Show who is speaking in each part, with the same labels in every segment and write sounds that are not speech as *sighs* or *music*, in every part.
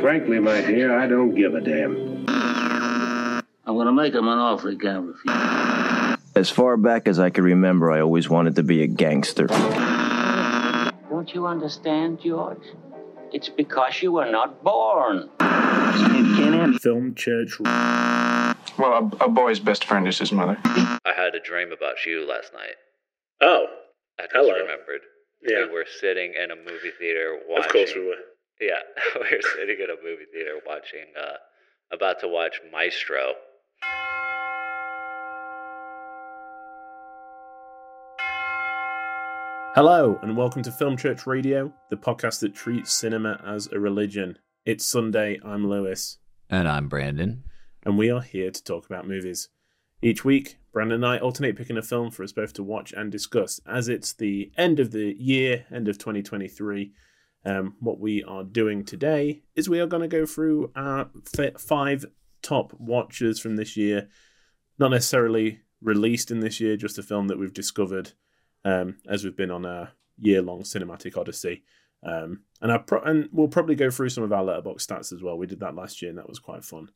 Speaker 1: Frankly, my dear, I don't give a damn.
Speaker 2: I'm going to make him an offer he can't refuse.
Speaker 3: As far back as I can remember, I always wanted to be a gangster.
Speaker 2: Don't you understand, George? It's because you were not born.
Speaker 4: Film Church.
Speaker 5: Well, a, a boy's best friend is his mother.
Speaker 6: I had a dream about you last night.
Speaker 7: Oh,
Speaker 6: I just
Speaker 7: Hello.
Speaker 6: remembered.
Speaker 7: yeah.
Speaker 6: We were sitting in a movie theater watching.
Speaker 7: Of course we were.
Speaker 6: Yeah, *laughs* we were sitting in a movie theater watching, uh, about to watch Maestro.
Speaker 4: Hello, and welcome to Film Church Radio, the podcast that treats cinema as a religion. It's Sunday, I'm Lewis,
Speaker 6: And I'm Brandon.
Speaker 4: and we are here to talk about movies. Each week, Brandon and I alternate picking a film for us both to watch and discuss. As it's the end of the year, end of 2023, um, what we are doing today is we are going to go through our f- five top watches from this year, not necessarily released in this year, just a film that we've discovered um, as we've been on a year-long cinematic odyssey. Um, and I pro- and we'll probably go through some of our letterbox stats as well. We did that last year, and that was quite fun.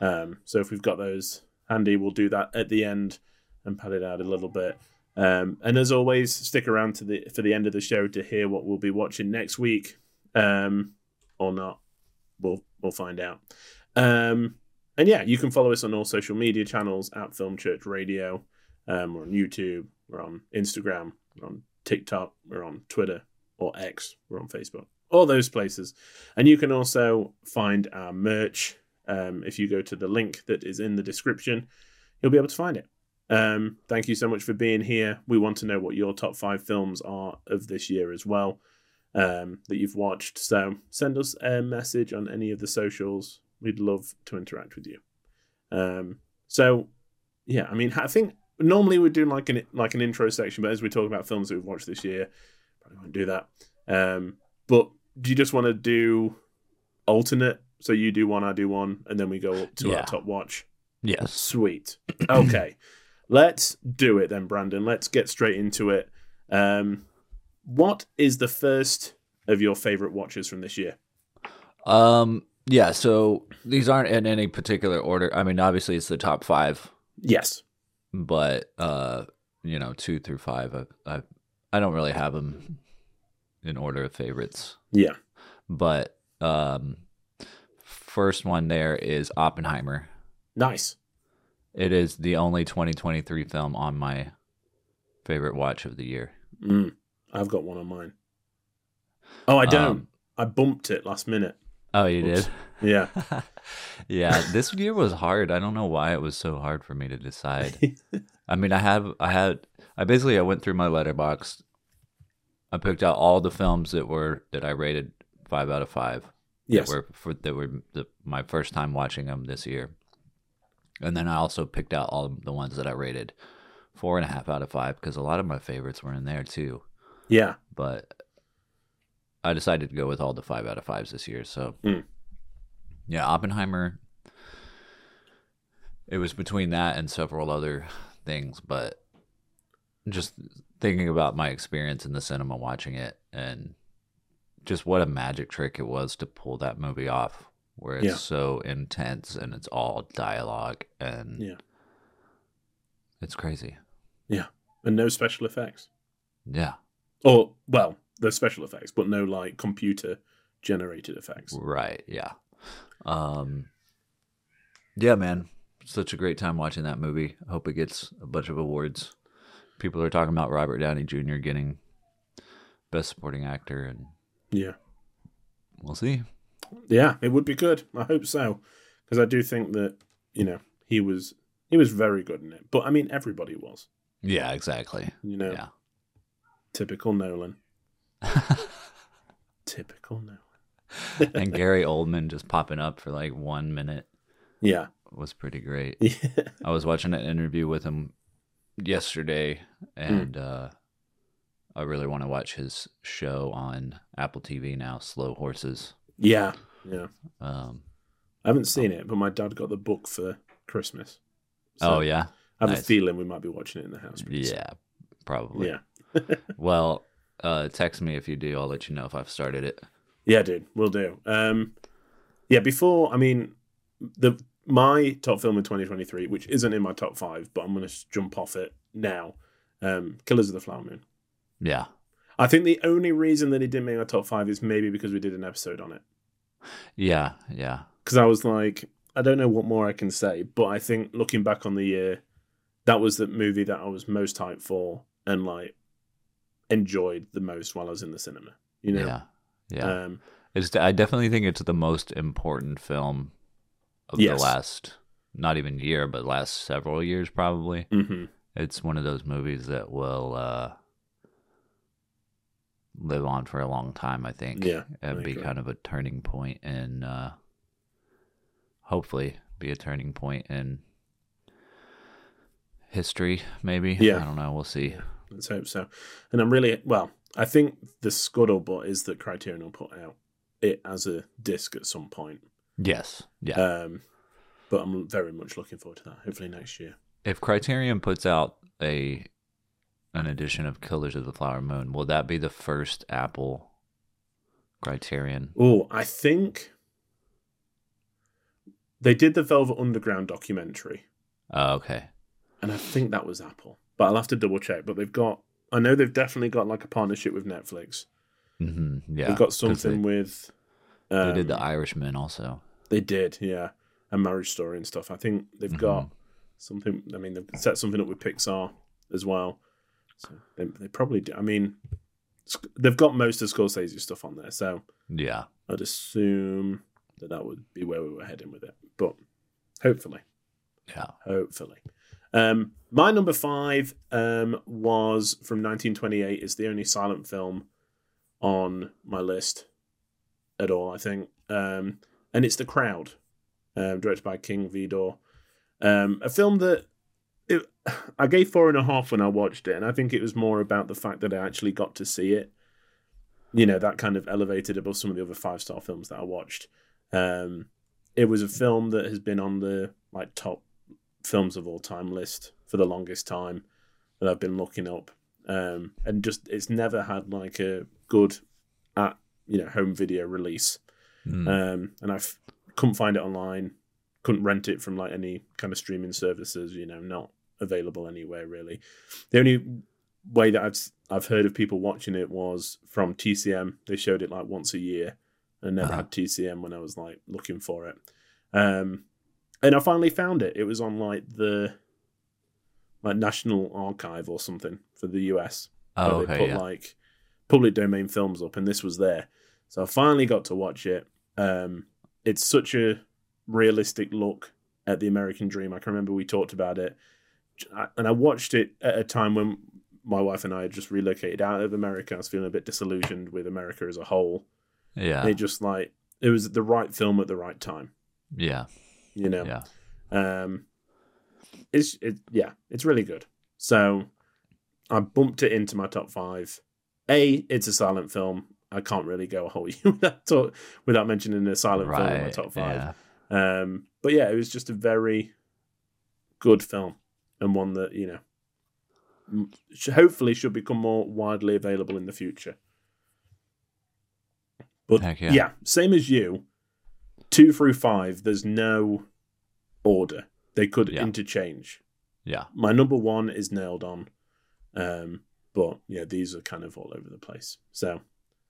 Speaker 4: Um, so if we've got those handy, we'll do that at the end and pad it out a little bit. Um, and as always, stick around to the for the end of the show to hear what we'll be watching next week, um, or not. We'll we'll find out. Um, and yeah, you can follow us on all social media channels at Film Church Radio. Um, we're on YouTube. We're on Instagram. We're on TikTok. We're on Twitter or X. We're on Facebook. All those places. And you can also find our merch um, if you go to the link that is in the description. You'll be able to find it. Um, thank you so much for being here. We want to know what your top five films are of this year as well um, that you've watched. So send us a message on any of the socials. We'd love to interact with you. Um, so yeah, I mean, I think normally we'd do like an like an intro section, but as we talk about films that we've watched this year, probably won't do that. Um, but do you just want to do alternate? So you do one, I do one, and then we go up to
Speaker 8: Yeah.
Speaker 4: our top watch.
Speaker 8: Yes.
Speaker 4: Sweet. Okay. *clears throat* Let's do it then, Brandon. Let's get straight into it. Um, what is the first of your favorite watches from this year?
Speaker 8: Um. Yeah. So these aren't in any particular order. I mean, obviously it's the top five,
Speaker 4: Yes.
Speaker 8: but uh, you know, two through five, I I, I don't really have them in order of favorites.
Speaker 4: Yeah.
Speaker 8: But um, first one there is Oppenheimer.
Speaker 4: Nice.
Speaker 8: It is the only 2023 film on my favorite watch of the year.
Speaker 4: Mm. I've got one on mine. Oh, I don't.
Speaker 8: Um,
Speaker 4: I bumped it last minute.
Speaker 8: Oh, you
Speaker 4: Oops.
Speaker 8: did.
Speaker 4: Yeah.
Speaker 8: *laughs* yeah, this year was hard. I don't know why it was so hard for me to decide. I mean, I have, I had, I basically I went through my letterbox. I picked out all the films that were that I rated five out of five.
Speaker 4: Yes.
Speaker 8: That were for, that were the, my first time watching them this year, and then I also picked out all the ones that I rated four and a half out of five because a lot of my favorites were in there too.
Speaker 4: Yeah.
Speaker 8: But I decided to go with all the five out of fives this year. So
Speaker 4: Mm.
Speaker 8: yeah, Oppenheimer. It was between that and several other things, but just thinking about my experience in the cinema watching it and just what a magic trick it was to pull that movie off where it's
Speaker 4: Yeah.
Speaker 8: so intense and it's all dialogue and
Speaker 4: Yeah.
Speaker 8: it's crazy.
Speaker 4: And no special effects.
Speaker 8: Yeah.
Speaker 4: Or, well, there's special effects, but no like computer generated effects.
Speaker 8: Right. Yeah. Um. Yeah, man. Such a great time watching that movie. Hope it gets a bunch of awards. People are talking about Robert Downey Jr. getting Best Supporting Actor, and
Speaker 4: Yeah.
Speaker 8: we'll see.
Speaker 4: Yeah, it would be good. I hope so, because I do think that you know he was he was very good in it. But I mean, everybody was.
Speaker 8: Yeah. Exactly.
Speaker 4: You know,
Speaker 8: Yeah.
Speaker 4: typical
Speaker 8: *laughs*
Speaker 4: Nolan. Typical Nolan.
Speaker 8: and *laughs* Gary Oldman just popping up for like one minute
Speaker 4: Yeah. *laughs*
Speaker 8: was pretty great.
Speaker 4: yeah.
Speaker 8: I was watching an interview with him yesterday, and uh, I really want to watch his show on Apple TV now, Slow Horses.
Speaker 4: Yeah. Yeah.
Speaker 8: Um,
Speaker 4: I haven't seen it, but my dad got the book for Christmas.
Speaker 8: oh yeah,
Speaker 4: I have a
Speaker 8: nice.
Speaker 4: feeling we might be watching it in the house. pretty soon.
Speaker 8: yeah, probably.
Speaker 4: Yeah.
Speaker 8: Well, uh, text me if you do. I'll let you know if I've started it.
Speaker 4: Yeah, dude. We'll do. Um, Yeah, before I mean the my top film of 2023, which isn't in my top five, but I'm going to jump off it now. Um, Killers of the Flower Moon.
Speaker 8: Yeah.
Speaker 4: I think the only reason that it didn't make my top five is maybe because we did an episode on it.
Speaker 8: Yeah. Yeah.
Speaker 4: Because I was like, I don't know what more I can say, but I think looking back on the year, that was the movie that I was most hyped for and like enjoyed the most while I was in the cinema. You know,
Speaker 8: Yeah. Yeah.
Speaker 4: Um,
Speaker 8: It's, I definitely think it's the most important film of
Speaker 4: Yes.
Speaker 8: the last, not even year, but last several years, probably.
Speaker 4: mhm.
Speaker 8: It's one of those movies that will uh, live on for a long time, I think.
Speaker 4: Yeah, I
Speaker 8: And be
Speaker 4: agree.
Speaker 8: kind of a turning point in, uh, hopefully, be a turning point in history, maybe.
Speaker 4: Yeah.
Speaker 8: I don't know. We'll see.
Speaker 4: Let's hope so. And I'm really well. I think the scuttlebutt is that Criterion will put out it as a disc at some point.
Speaker 8: Yes. Yeah.
Speaker 4: Um, but I'm very much looking forward to that. Hopefully next year.
Speaker 8: if Criterion puts out a an edition of Killers of the Flower Moon, will that be the first Apple Criterion?
Speaker 4: Oh, I think they did the Velvet Underground documentary,
Speaker 8: Oh, okay.
Speaker 4: and I think that was Apple. But I'll have to double check. But they've got. I know they've definitely got like a partnership with Netflix.
Speaker 8: hmm Yeah.
Speaker 4: they've got
Speaker 8: 'cause
Speaker 4: something
Speaker 8: They,
Speaker 4: with.
Speaker 8: they
Speaker 4: um,
Speaker 8: did The Irishman also.
Speaker 4: They did, yeah. And Marriage Story and stuff. I think they've got something. I mean, they've set something up with Pixar as well. So they, they probably do. I mean, Sc- they've got most of Scorsese stuff on there, so
Speaker 8: Yeah.
Speaker 4: I'd assume that that would be where we were heading with it. But hopefully,
Speaker 8: Yeah.
Speaker 4: hopefully. Um, my number five um, was from 1928. It's the only silent film on my list at all, I think. Um, and it's The Crowd, um, directed by King Vidor. Um, a film that it, *sighs* I gave four and a half when I watched it, and I think it was more about the fact that I actually got to see it. You know, that kind of elevated above some of the other five star films that I watched. Um, it was a film that has been on the like top films of all time list for the longest time that I've been looking up. Um, and just it's never had like a good at you know home video release.
Speaker 8: Mm.
Speaker 4: Um, and I f- couldn't find it online, couldn't rent it from like any kind of streaming services. You know, not available anywhere really. The only way that I've s- I've heard of people watching it was from TCM. They showed it like once a year. I never
Speaker 8: Uh-huh.
Speaker 4: had TCM when I was like looking for it. Um, and I finally found it. It was on like the like National Archive or something for the US.
Speaker 8: oh,
Speaker 4: where they
Speaker 8: okay.
Speaker 4: put
Speaker 8: Yeah.
Speaker 4: like public domain films up, and this was there. So I finally got to watch it. Um, it's such a realistic look at the American dream. I can remember we talked about it, I- and I watched it at a time when my wife and I had just relocated out of America. I was feeling a bit disillusioned with America as a whole.
Speaker 8: yeah.
Speaker 4: And it just like it was the right film at the right time,
Speaker 8: yeah.
Speaker 4: you know.
Speaker 8: Yeah.
Speaker 4: Um, it's it, yeah, it's really good. So I bumped it into my top five. A, it's a silent film. I can't really go a whole *laughs* year without talk, without mentioning a silent film in my
Speaker 8: Right.
Speaker 4: top five.
Speaker 8: Yeah.
Speaker 4: Um, but yeah, it was just a very good film and one that you know m- sh- hopefully should become more widely available in the future. But
Speaker 8: Heck
Speaker 4: yeah.
Speaker 8: yeah.
Speaker 4: same as you, two through five. There's no order; they could
Speaker 8: Yeah.
Speaker 4: interchange.
Speaker 8: Yeah.
Speaker 4: My number one is nailed on, um, but yeah, these are kind of all over the place. So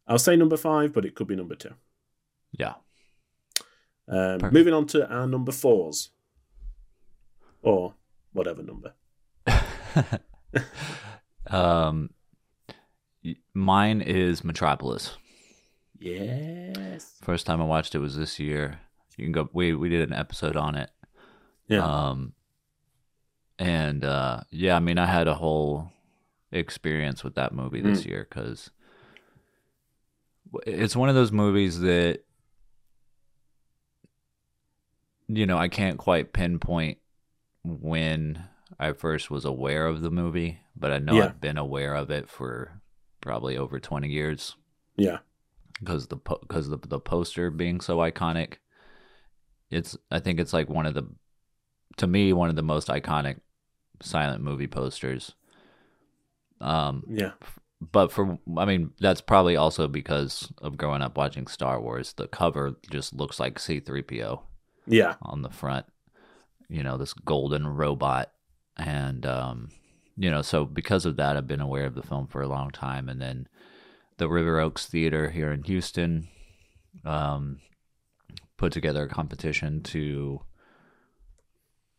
Speaker 4: I'll say number five, but it could be number two.
Speaker 8: Yeah.
Speaker 4: Um,
Speaker 8: Perfect.
Speaker 4: moving on to our number fours, or whatever number.
Speaker 8: um, y- mine is Metropolis.
Speaker 4: Yes.
Speaker 8: First time I watched it was this year. You can go. We we did an episode on it.
Speaker 4: Yeah.
Speaker 8: Um, and uh, yeah, I mean, I had a whole experience with that movie
Speaker 4: Mm.
Speaker 8: this year 'cause year because it's one of those movies that you know I can't quite pinpoint when I first was aware of the movie, but I know
Speaker 4: Yeah.
Speaker 8: I've been aware of it for probably over twenty years
Speaker 4: yeah.
Speaker 8: because the because the the poster being so iconic. It's I think it's like one of the to me one of the most iconic silent movie posters. Um
Speaker 4: Yeah.
Speaker 8: but for I mean that's probably also because of growing up watching Star Wars. The cover just looks like C3PO
Speaker 4: Yeah.
Speaker 8: *laughs* on the front. You know, this golden robot and um you know, so because of that I've been aware of the film for a long time and then the River Oaks Theater here in Houston um put together a competition to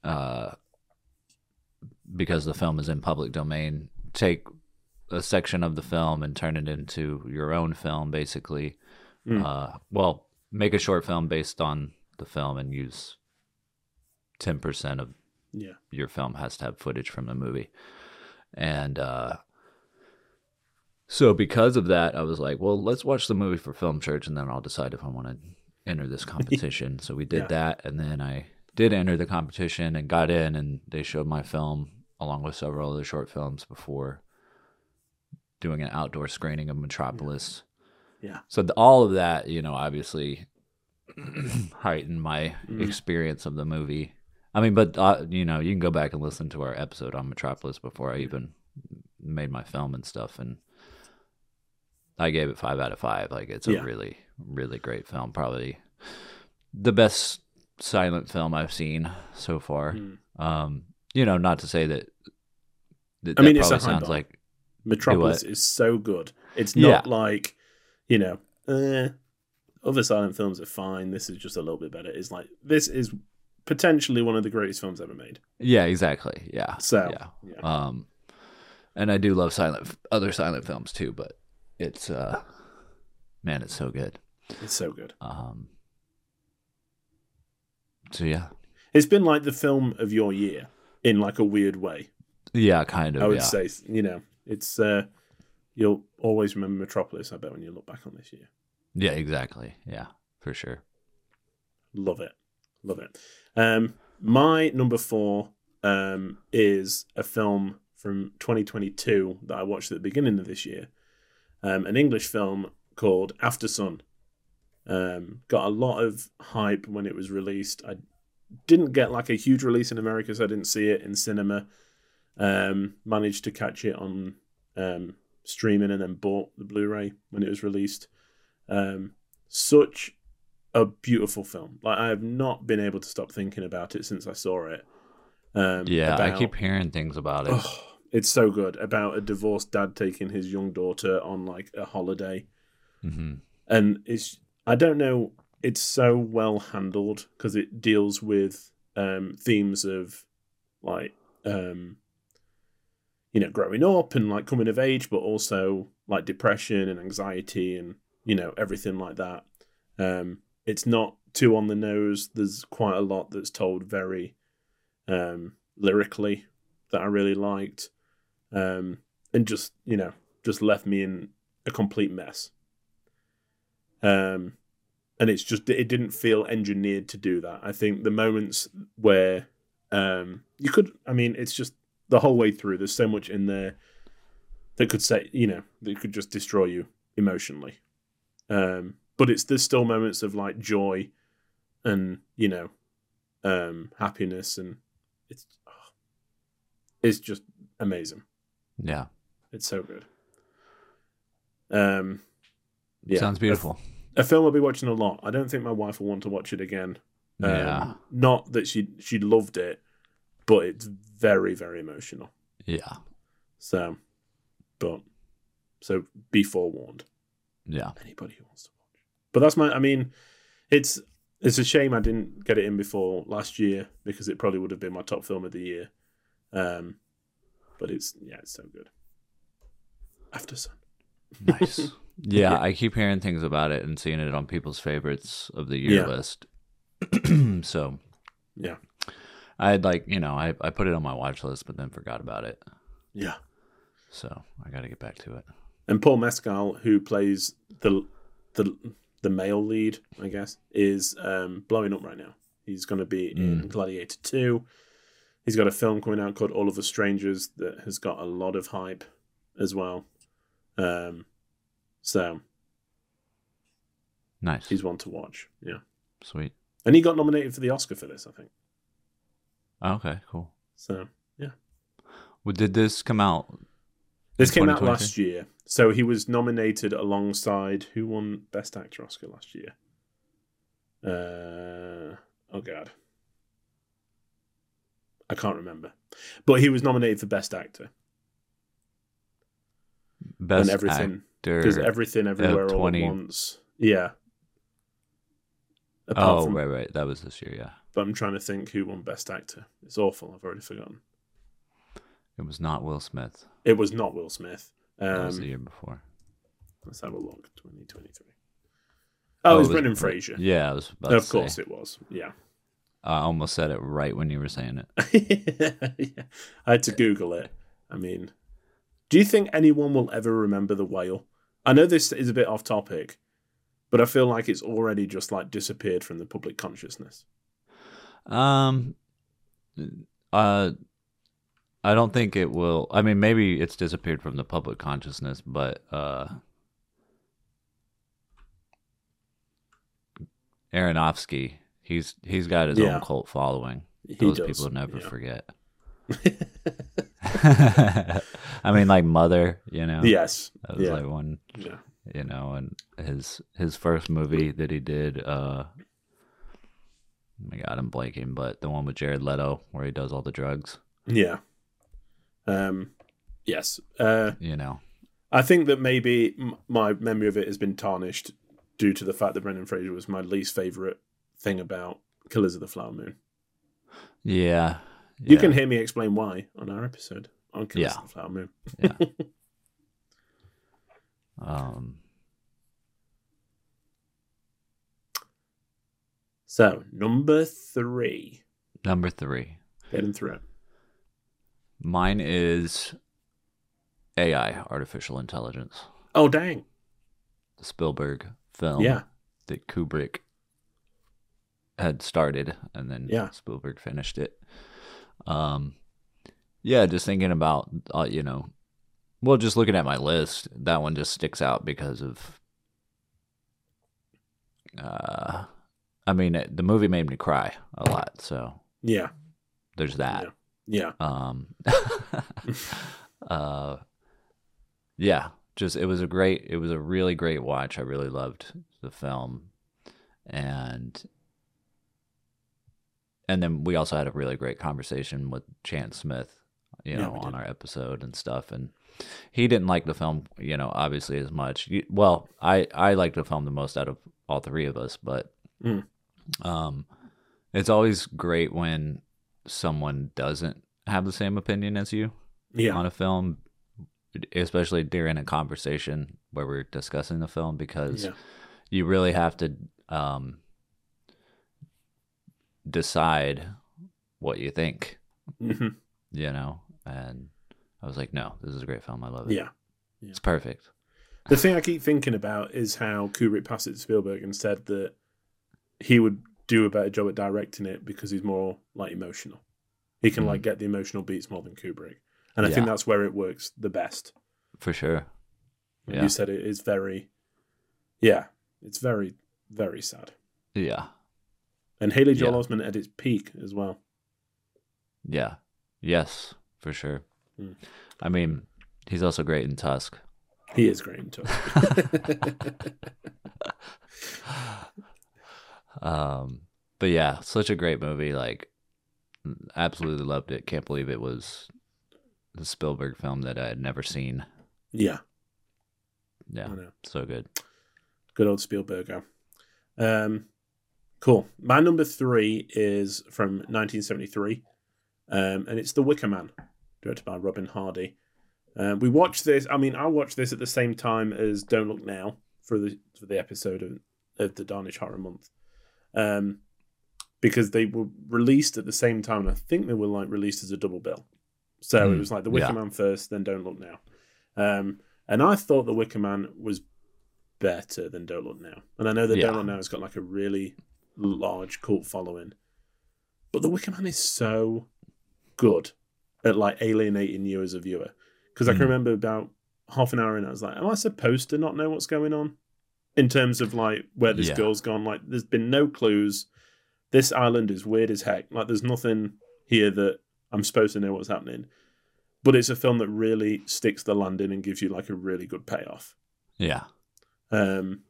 Speaker 8: uh because the film is in public domain, take a section of the film and turn it into your own film, basically.
Speaker 4: Mm.
Speaker 8: Uh, well, make a short film based on the film and use 10% of
Speaker 4: Yeah.
Speaker 8: your film has to have footage from the movie. And uh, so, because of that, I was like, well, let's watch the movie for Film Church and then I'll decide if I want to enter this competition. so, we did
Speaker 4: Yeah.
Speaker 8: that. And then I did enter the competition and got in, and they showed my film along with several other short films before doing an outdoor screening of Metropolis.
Speaker 4: Yeah.
Speaker 8: So, th- all of that, you know, obviously *clears throat* heightened my
Speaker 4: Mm.
Speaker 8: experience of the movie. I mean, but uh, you know, you can go back and listen to our episode on Metropolis before I even made my film and stuff, and I gave it five out of five. Like, it's
Speaker 4: Yeah.
Speaker 8: a really, really great film. Probably the best silent film I've seen so far.
Speaker 4: Mm.
Speaker 8: Um, you know, not to say that. that
Speaker 4: I mean,
Speaker 8: that
Speaker 4: it's a
Speaker 8: probably
Speaker 4: high
Speaker 8: sounds
Speaker 4: bar.
Speaker 8: like
Speaker 4: Metropolis is so good. It's not
Speaker 8: Yeah.
Speaker 4: like, you know, eh, other silent films are fine. This is just a little bit better. It's like this is potentially one of the greatest films ever made.
Speaker 8: yeah, exactly, yeah.
Speaker 4: So
Speaker 8: yeah,
Speaker 4: yeah.
Speaker 8: Um, and I do love silent other silent films too, but it's uh, man, it's so good.
Speaker 4: it's so good.
Speaker 8: Um, so yeah,
Speaker 4: It's been like the film of your year in like a weird way.
Speaker 8: yeah, kind of.
Speaker 4: I would
Speaker 8: yeah.
Speaker 4: say, you know, it's uh, you'll always remember Metropolis. I bet when you look back on this year,
Speaker 8: yeah, exactly. Yeah, for sure.
Speaker 4: love it, love it. Um, my number four um, is a film from 2022 that I watched at the beginning of this year, um, an English film called After Sun. Um, got a lot of hype when it was released. I didn't get like a huge release in America, so I didn't see it in cinema. Um, managed to catch it on um, streaming and then bought the Blu-ray when it was released. Um, such a beautiful film. Like I have not been able to stop thinking about it since I saw it. Um,
Speaker 8: Yeah, I
Speaker 4: about-
Speaker 8: keep hearing things about it.
Speaker 4: Oh, it's so good about a divorced dad taking his young daughter on like a holiday,
Speaker 8: hmm
Speaker 4: and it's I don't know. It's so well handled because it deals with um, themes of like um, you know growing up and like coming of age, but also like depression and anxiety and you know everything like that. Um, it's not too on the nose. There's quite a lot that's told very um, lyrically that I really liked, um, and just you know just left me in a complete mess. Um, and it's just it didn't feel engineered to do that. I think the moments where um, you could, I mean, it's just the whole way through. There's so much in there that could say you know that could just destroy you emotionally um, but it's there's still moments of like joy and you know um, happiness and it's oh, it's just amazing
Speaker 8: Yeah.
Speaker 4: it's so good um yeah
Speaker 8: sounds beautiful.
Speaker 4: a, a film i'll be watching a lot i don't think my wife will want to watch it again um,
Speaker 8: yeah,
Speaker 4: not that she she loved it but it's very very emotional
Speaker 8: yeah,
Speaker 4: so but so be forewarned
Speaker 8: yeah.
Speaker 4: anybody who wants to watch. But that's my. I mean, it's it's a shame I didn't get it in before last year because it probably would have been my top film of the year. Um, but it's yeah, it's so good. After Sun.
Speaker 8: Nice. *laughs* yeah, I keep hearing things about it and seeing it on people's favorites of the
Speaker 4: Yeah.
Speaker 8: year list. *clears throat* so
Speaker 4: Yeah.
Speaker 8: I had like you know I I put it on my watch list but then forgot about it.
Speaker 4: Yeah.
Speaker 8: So I got to get back to it.
Speaker 4: And Paul Mescal, who plays the the the male lead, I guess, is um, blowing up right now. He's going to be in Gladiator Two. He's got a film coming out called All of Us Strangers that has got a lot of hype as well. Um, so
Speaker 8: Nice.
Speaker 4: he's one to watch. Yeah,
Speaker 8: Sweet.
Speaker 4: and he got nominated for the Oscar for this, I think.
Speaker 8: Oh, Okay, cool.
Speaker 4: So
Speaker 8: Well, did this come out
Speaker 4: This
Speaker 8: In
Speaker 4: came out
Speaker 8: 2023?
Speaker 4: last year, so he was nominated alongside who won Best Actor Oscar last year. Uh, oh god, I can't remember, but he was nominated for Best Actor
Speaker 8: Best
Speaker 4: and everything because
Speaker 8: actor.
Speaker 4: everything everywhere all at
Speaker 8: 20.
Speaker 4: once. Yeah. Apart
Speaker 8: oh,
Speaker 4: from,
Speaker 8: right, right. That was this year. Yeah,
Speaker 4: but I'm trying to think who won Best Actor. It's awful. I've already forgotten.
Speaker 8: it was not Will Smith.
Speaker 4: It was not Will Smith.
Speaker 8: That was the
Speaker 4: Um,
Speaker 8: year before.
Speaker 4: let's have a look. 2023. Oh, it was
Speaker 8: it was
Speaker 4: Brendan
Speaker 8: Br-
Speaker 4: Fraser.
Speaker 8: Yeah, I was about to
Speaker 4: Of
Speaker 8: say.
Speaker 4: course it was. Yeah. *laughs*
Speaker 8: I almost said it right when you were saying it.
Speaker 4: yeah. I had to Google it. I mean, do you think anyone will ever remember the whale? I know this is a bit off topic, but I feel like it's already just like disappeared from the public consciousness.
Speaker 8: Um, uh, I don't think it will. I mean, maybe it's disappeared from the public consciousness, but uh, Aronofsky, he's he's got his
Speaker 4: Yeah.
Speaker 8: own cult following.
Speaker 4: He
Speaker 8: Those
Speaker 4: does,
Speaker 8: people never
Speaker 4: yeah. *laughs*
Speaker 8: forget. *laughs* I mean, like Mother, you know.
Speaker 4: Yes.
Speaker 8: that was
Speaker 4: Yeah.
Speaker 8: like one.
Speaker 4: yeah.
Speaker 8: you know, and his his first movie that he did, uh oh my god, I'm blanking, but the one with Jared Leto where he does all the drugs,
Speaker 4: Yeah. Um, yes. Uh,
Speaker 8: you know.
Speaker 4: I think that maybe m- my memory of it has been tarnished due to the fact that Brendan Fraser was my least favorite thing about Killers of the Flower Moon.
Speaker 8: Yeah.
Speaker 4: You
Speaker 8: yeah,
Speaker 4: can hear me explain why on our episode on Killers
Speaker 8: Yeah.
Speaker 4: of the Flower Moon.
Speaker 8: um
Speaker 4: So number three,
Speaker 8: number 3.
Speaker 4: getting through. it.
Speaker 8: Mine is AI, artificial intelligence.
Speaker 4: Oh dang!
Speaker 8: The Spielberg film
Speaker 4: Yeah.
Speaker 8: that Kubrick had started and then
Speaker 4: Yeah.
Speaker 8: Spielberg finished it. Um yeah, just thinking about uh, you know, well just looking at my list, that one just sticks out because of uh I mean, it- the movie made me cry a lot, so
Speaker 4: Yeah,
Speaker 8: there's that.
Speaker 4: yeah,
Speaker 8: Um, *laughs* uh, yeah, just it was a great, it was a really great watch. I really loved the film, and and then we also had a really great conversation with Chance Smith, you
Speaker 4: Yeah,
Speaker 8: know,
Speaker 4: we
Speaker 8: on
Speaker 4: did.
Speaker 8: our episode and stuff, and he didn't like the film, you know, obviously as much. You- Well, I I liked the film the most out of all three of us, but
Speaker 4: Mm.
Speaker 8: um, it's always great when someone doesn't have the same opinion as you
Speaker 4: yeah,
Speaker 8: on a film, especially during a conversation where we're discussing the film, because
Speaker 4: yeah,
Speaker 8: you really have to um, decide what you think,
Speaker 4: hmm
Speaker 8: *laughs* you know? And I was like, no, this is a great film. I love it.
Speaker 4: yeah.
Speaker 8: It's perfect.
Speaker 4: The thing I keep thinking about is how Kubrick passed it to Spielberg and said that he would do a better job at directing it because he's more like emotional. He can like get the emotional beats more than Kubrick, and I think
Speaker 8: Mm. Yeah.
Speaker 4: that's where it works the best.
Speaker 8: For sure.
Speaker 4: Like
Speaker 8: Yeah.
Speaker 4: You said it is very, yeah, it's very very sad.
Speaker 8: Yeah.
Speaker 4: And Haley Joel
Speaker 8: Yeah.
Speaker 4: Osment at its peak as well.
Speaker 8: Yeah. Yes, for sure.
Speaker 4: Mm.
Speaker 8: I mean, he's also great in Tusk.
Speaker 4: He is great in
Speaker 8: *laughs*
Speaker 4: Tusk.
Speaker 8: Um, but yeah, such a great movie. Like, absolutely loved it. Can't believe it was the Spielberg film that I had never seen.
Speaker 4: yeah,
Speaker 8: Yeah,
Speaker 4: I know.
Speaker 8: so good.
Speaker 4: Good old Spielberger. Um, cool. My number three is from 1973, um, and it's The Wicker Man, directed by Robin Hardy. Um, we watched this. I mean, I watched this at the same time as Don't Look Now for the for the episode of, of the Darnish Horror Month, um, because they were released at the same time. and I think they were like released as a double bill, so it
Speaker 8: Hmm,
Speaker 4: was like The Wicker
Speaker 8: yeah.
Speaker 4: Man first, then Don't Look Now. Um, and I thought The Wicker Man was better than Don't Look Now. And I know that
Speaker 8: Yeah.
Speaker 4: Don't Look Now has got like a really large cult following. But The Wicker Man is so good at like alienating you as a viewer. Because I can
Speaker 8: Mm.
Speaker 4: remember about half an hour in, I was like, am I supposed to not know what's going on? In terms of like where this
Speaker 8: Yeah.
Speaker 4: girl's gone, like there's been no clues. This island is weird as heck. Like there's nothing here that I'm supposed to know what's happening. but it's a film that really sticks the landing and gives you like a really good payoff.
Speaker 8: Yeah.
Speaker 4: Um,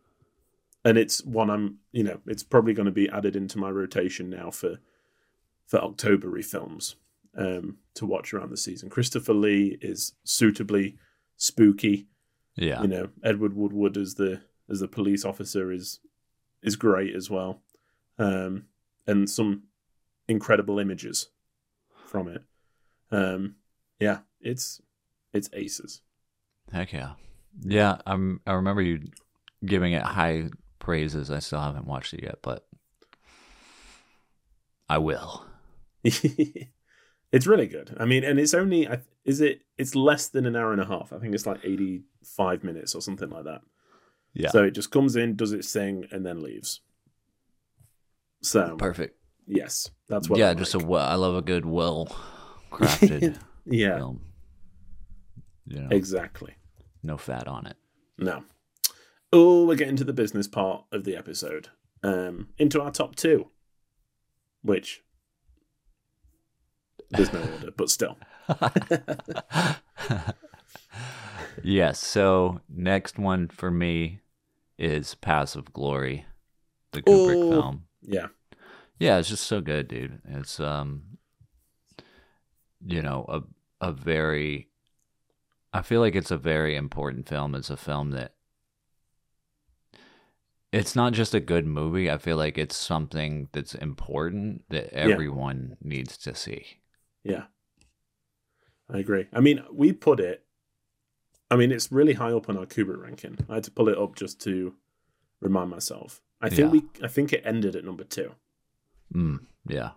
Speaker 4: and it's one I'm, you know, it's probably going to be added into my rotation now for for Octobery films um, to watch around the season. Christopher Lee is suitably spooky.
Speaker 8: Yeah.
Speaker 4: You know, Edward Woodward as the as the police officer is is great as well, um, and some incredible images from it. Um, yeah, it's it's aces.
Speaker 8: Heck yeah. Yeah, I'm I remember you giving it high praises. I still haven't watched it yet, but I will.
Speaker 4: *laughs* it's really good. I mean, and it's only I- is it? It's less than an hour and a half. I think it's like eighty five minutes or something like that.
Speaker 8: Yeah.
Speaker 4: So it just comes in, does its thing, and then leaves. So
Speaker 8: Perfect.
Speaker 4: yes, that's what.
Speaker 8: yeah,
Speaker 4: I
Speaker 8: just a
Speaker 4: like.
Speaker 8: well, I love a
Speaker 4: *laughs*
Speaker 8: good well crafted
Speaker 4: yeah,
Speaker 8: film. You know,
Speaker 4: exactly.
Speaker 8: no fat on it.
Speaker 4: No. Oh, we're getting to the business part of the episode. Um, into our top two, which there's no order, but still.
Speaker 8: Yes. So next one for me is Pass of Glory, the Kubrick
Speaker 4: Oh.
Speaker 8: film.
Speaker 4: Yeah,
Speaker 8: Yeah, it's just so good, dude. It's um you know, a a very I feel like it's a very important film. It's a film that it's not just a good movie. I feel like it's something that's important that everyone needs to see.
Speaker 4: yeah. I agree. I mean, we put it. I mean, it's really high up on our Kubrick ranking. I had to pull it up just to remind myself. I think
Speaker 8: Yeah.
Speaker 4: we. I think it ended at number two.
Speaker 8: Mm, yeah.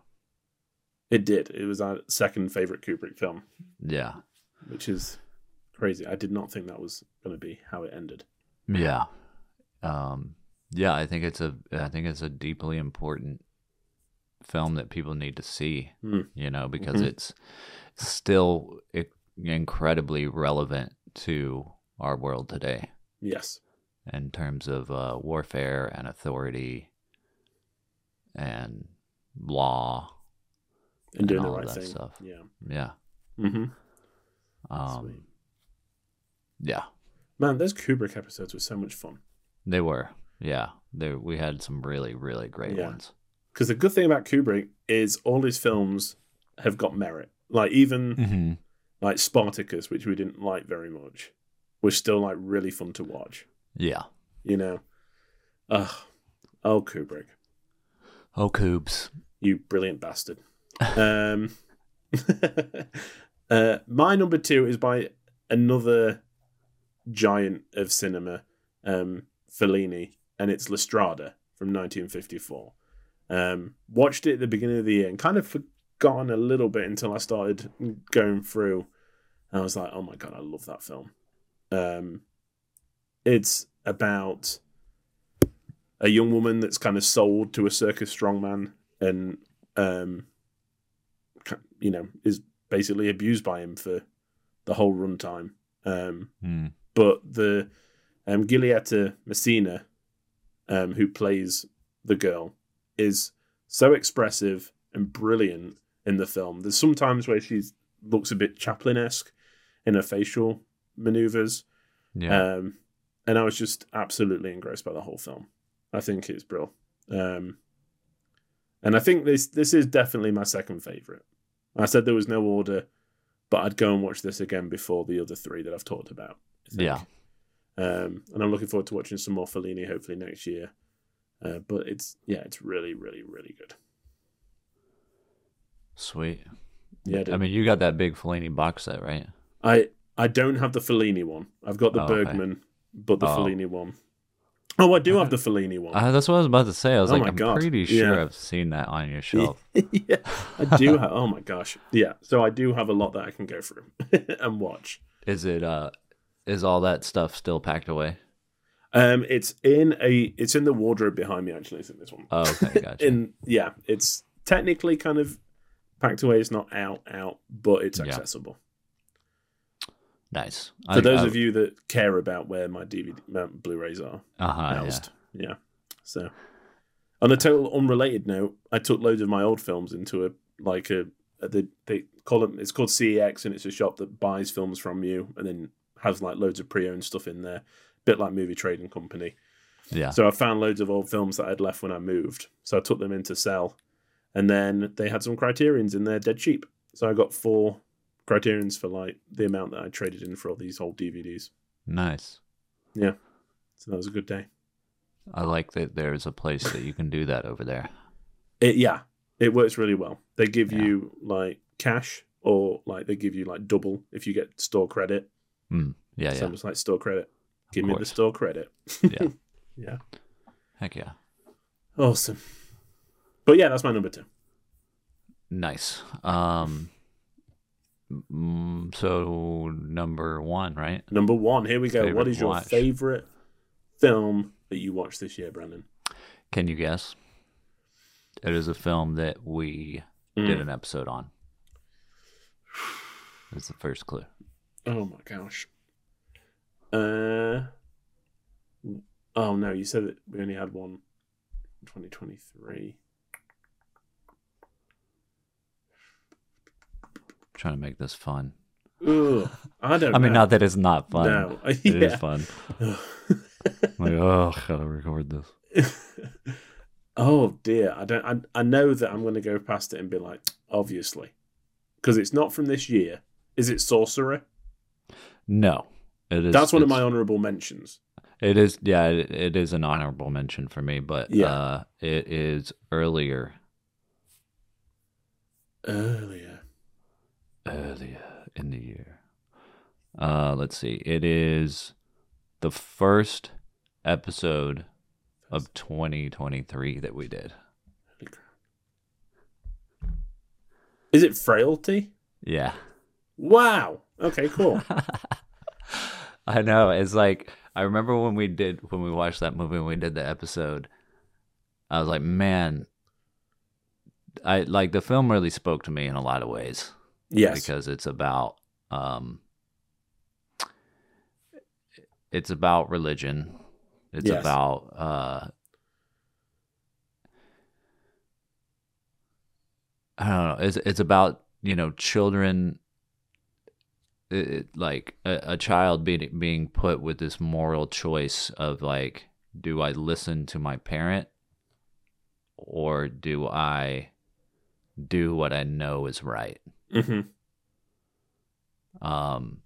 Speaker 4: It did. It was our second favorite Kubrick film,
Speaker 8: Yeah.
Speaker 4: which is crazy. I did not think that was going to be how it ended.
Speaker 8: Yeah. Um yeah, I think it's a I think it's a deeply important film that people need to see,
Speaker 4: Mm.
Speaker 8: you know, because
Speaker 4: Mhm.
Speaker 8: it's still i- incredibly relevant to our world today
Speaker 4: Yes.
Speaker 8: in terms of uh, warfare and authority and law.
Speaker 4: and doing the
Speaker 8: all of
Speaker 4: right
Speaker 8: that
Speaker 4: thing.
Speaker 8: stuff.
Speaker 4: Yeah.
Speaker 8: Yeah.
Speaker 4: Mm-hmm.
Speaker 8: Um yeah.
Speaker 4: Man, those Kubrick episodes were so much fun.
Speaker 8: They were. Yeah. They we had some really really great
Speaker 4: Yeah.
Speaker 8: ones.
Speaker 4: Because the good thing about Kubrick is all his films have got merit. Like even
Speaker 8: Mhm.
Speaker 4: like Spartacus, which we didn't like very much, was still like really fun to watch.
Speaker 8: Yeah.
Speaker 4: You know. Ugh. Oh Kubrick.
Speaker 8: Oh, Coobs.
Speaker 4: You brilliant bastard. Um, *laughs* uh, my number two is by another giant of cinema, um, Fellini, and it's Lestrada from 1954. Um, watched it at the beginning of the year and kind of forgotten a little bit until I started going through. And I was like, oh my God, I love that film. Um, it's about a young woman that's kind of sold to a circus strongman and um ki- you know is basically abused by him for the whole runtime um
Speaker 8: Mm.
Speaker 4: but the um Giulietta Messina um who plays the girl is so expressive and brilliant in the film there's some times where she looks a bit chaplin-esque in her facial maneuvers
Speaker 8: Yeah.
Speaker 4: um, and I was just absolutely engrossed by the whole film. I think it's brill. Um, and I think this this is definitely my second favorite. I said there was no order, but I'd go and watch this again before the other three that I've talked about. I think.
Speaker 8: yeah.
Speaker 4: Um, and I'm looking forward to watching some more Fellini hopefully next year. Uh, but it's yeah, it's really, really, really good.
Speaker 8: Sweet.
Speaker 4: Yeah, dude.
Speaker 8: I mean, you got that big Fellini box set, right?
Speaker 4: I I don't have the Fellini one. I've got the
Speaker 8: Oh, okay.
Speaker 4: Bergman, but the
Speaker 8: Oh.
Speaker 4: Fellini one. Oh, I do have the Fellini one.
Speaker 8: Uh, that's what I was about to say. I was
Speaker 4: Oh
Speaker 8: like,
Speaker 4: my
Speaker 8: I'm
Speaker 4: God.
Speaker 8: pretty sure
Speaker 4: Yeah.
Speaker 8: I've seen that on your shelf.
Speaker 4: yeah, I do. Ha- oh my gosh, yeah. So I do have a lot that I can go through *laughs* and watch.
Speaker 8: is it? uh Is all that stuff still packed away?
Speaker 4: Um, it's in a, it's in the wardrobe behind me. Actually, it's in this one.
Speaker 8: Oh, okay,
Speaker 4: *laughs*
Speaker 8: gotcha.
Speaker 4: in yeah, it's technically kind of packed away. It's not out, out, but it's
Speaker 8: Yeah.
Speaker 4: accessible
Speaker 8: nice.
Speaker 4: for those of you that care about where my DVD, my Blu-rays are
Speaker 8: uh huh, yeah.
Speaker 4: housed. yeah. So, on a total unrelated note, I took loads of my old films into a like a uh, the they call them it's called CEX and it's a shop that buys films from you and then has like loads of pre-owned stuff in there, bit like movie trading company.
Speaker 8: Yeah.
Speaker 4: So I found loads of old films that I'd left when I moved. So I took them in to sell, and then they had some Criterion's in there, dead cheap. So I got four Criterion's for like the amount that I traded in for all these old DVDs.
Speaker 8: nice.
Speaker 4: So that was a good day.
Speaker 8: I like that there's a place that you can do that over there.
Speaker 4: It, yeah, it works really well. They give
Speaker 8: Yeah.
Speaker 4: you like cash or like they give you like double if you get store credit.
Speaker 8: Yeah,
Speaker 4: so
Speaker 8: yeah.
Speaker 4: I'm just like store credit. Give me the
Speaker 8: course.
Speaker 4: store credit.
Speaker 8: Yeah.
Speaker 4: yeah.
Speaker 8: Heck yeah.
Speaker 4: Awesome. But yeah, that's my number two.
Speaker 8: Nice. Um mm, so number 1, right?
Speaker 4: Number one, here we go. what
Speaker 8: Favorite
Speaker 4: is your
Speaker 8: watch.
Speaker 4: favorite film that you watched this year, Brandon?
Speaker 8: Can you guess? It is a film that we
Speaker 4: Hmm.
Speaker 8: did an episode on. That's the first clue.
Speaker 4: Oh my gosh. Uh oh no, you said that we only had one in 2023.
Speaker 8: trying to make this fun.
Speaker 4: Ugh, I don't.
Speaker 8: *laughs* I mean,
Speaker 4: know.
Speaker 8: not that it's not fun.
Speaker 4: No. *laughs*
Speaker 8: It is
Speaker 4: Yeah.
Speaker 8: fun.
Speaker 4: *laughs* not.
Speaker 8: I'm like, oh, gotta record this.
Speaker 4: *laughs* oh dear, I don't. I, I know that I'm going to go past it and be like, obviously, because it's not from this year. Is it Sorcerer?
Speaker 8: No, it is.
Speaker 4: That's one of
Speaker 8: it's-
Speaker 4: my honorable mentions.
Speaker 8: It is. Yeah, it, it is an honorable mention for me, but
Speaker 4: Yeah.
Speaker 8: uh, it is earlier.
Speaker 4: Earlier.
Speaker 8: Earlier in the year. Uh, let's see. It is the first episode of 2023 that we did.
Speaker 4: Holy crap. Is it Frailty?
Speaker 8: Yeah. *laughs*
Speaker 4: Wow. Okay. Cool.
Speaker 8: I know. It's like I remember when we did when we watched that movie and we did the episode. I was like, man, I like the film really spoke to me in a lot of ways
Speaker 4: yes.
Speaker 8: because it's about um, it's about religion. It's
Speaker 4: Yes.
Speaker 8: about uh, I don't know. It's it's about you know children. It, it- like a, a child being being put with this moral choice of like, do I listen to my parent, or do I do what I know is right?
Speaker 4: hmm
Speaker 8: um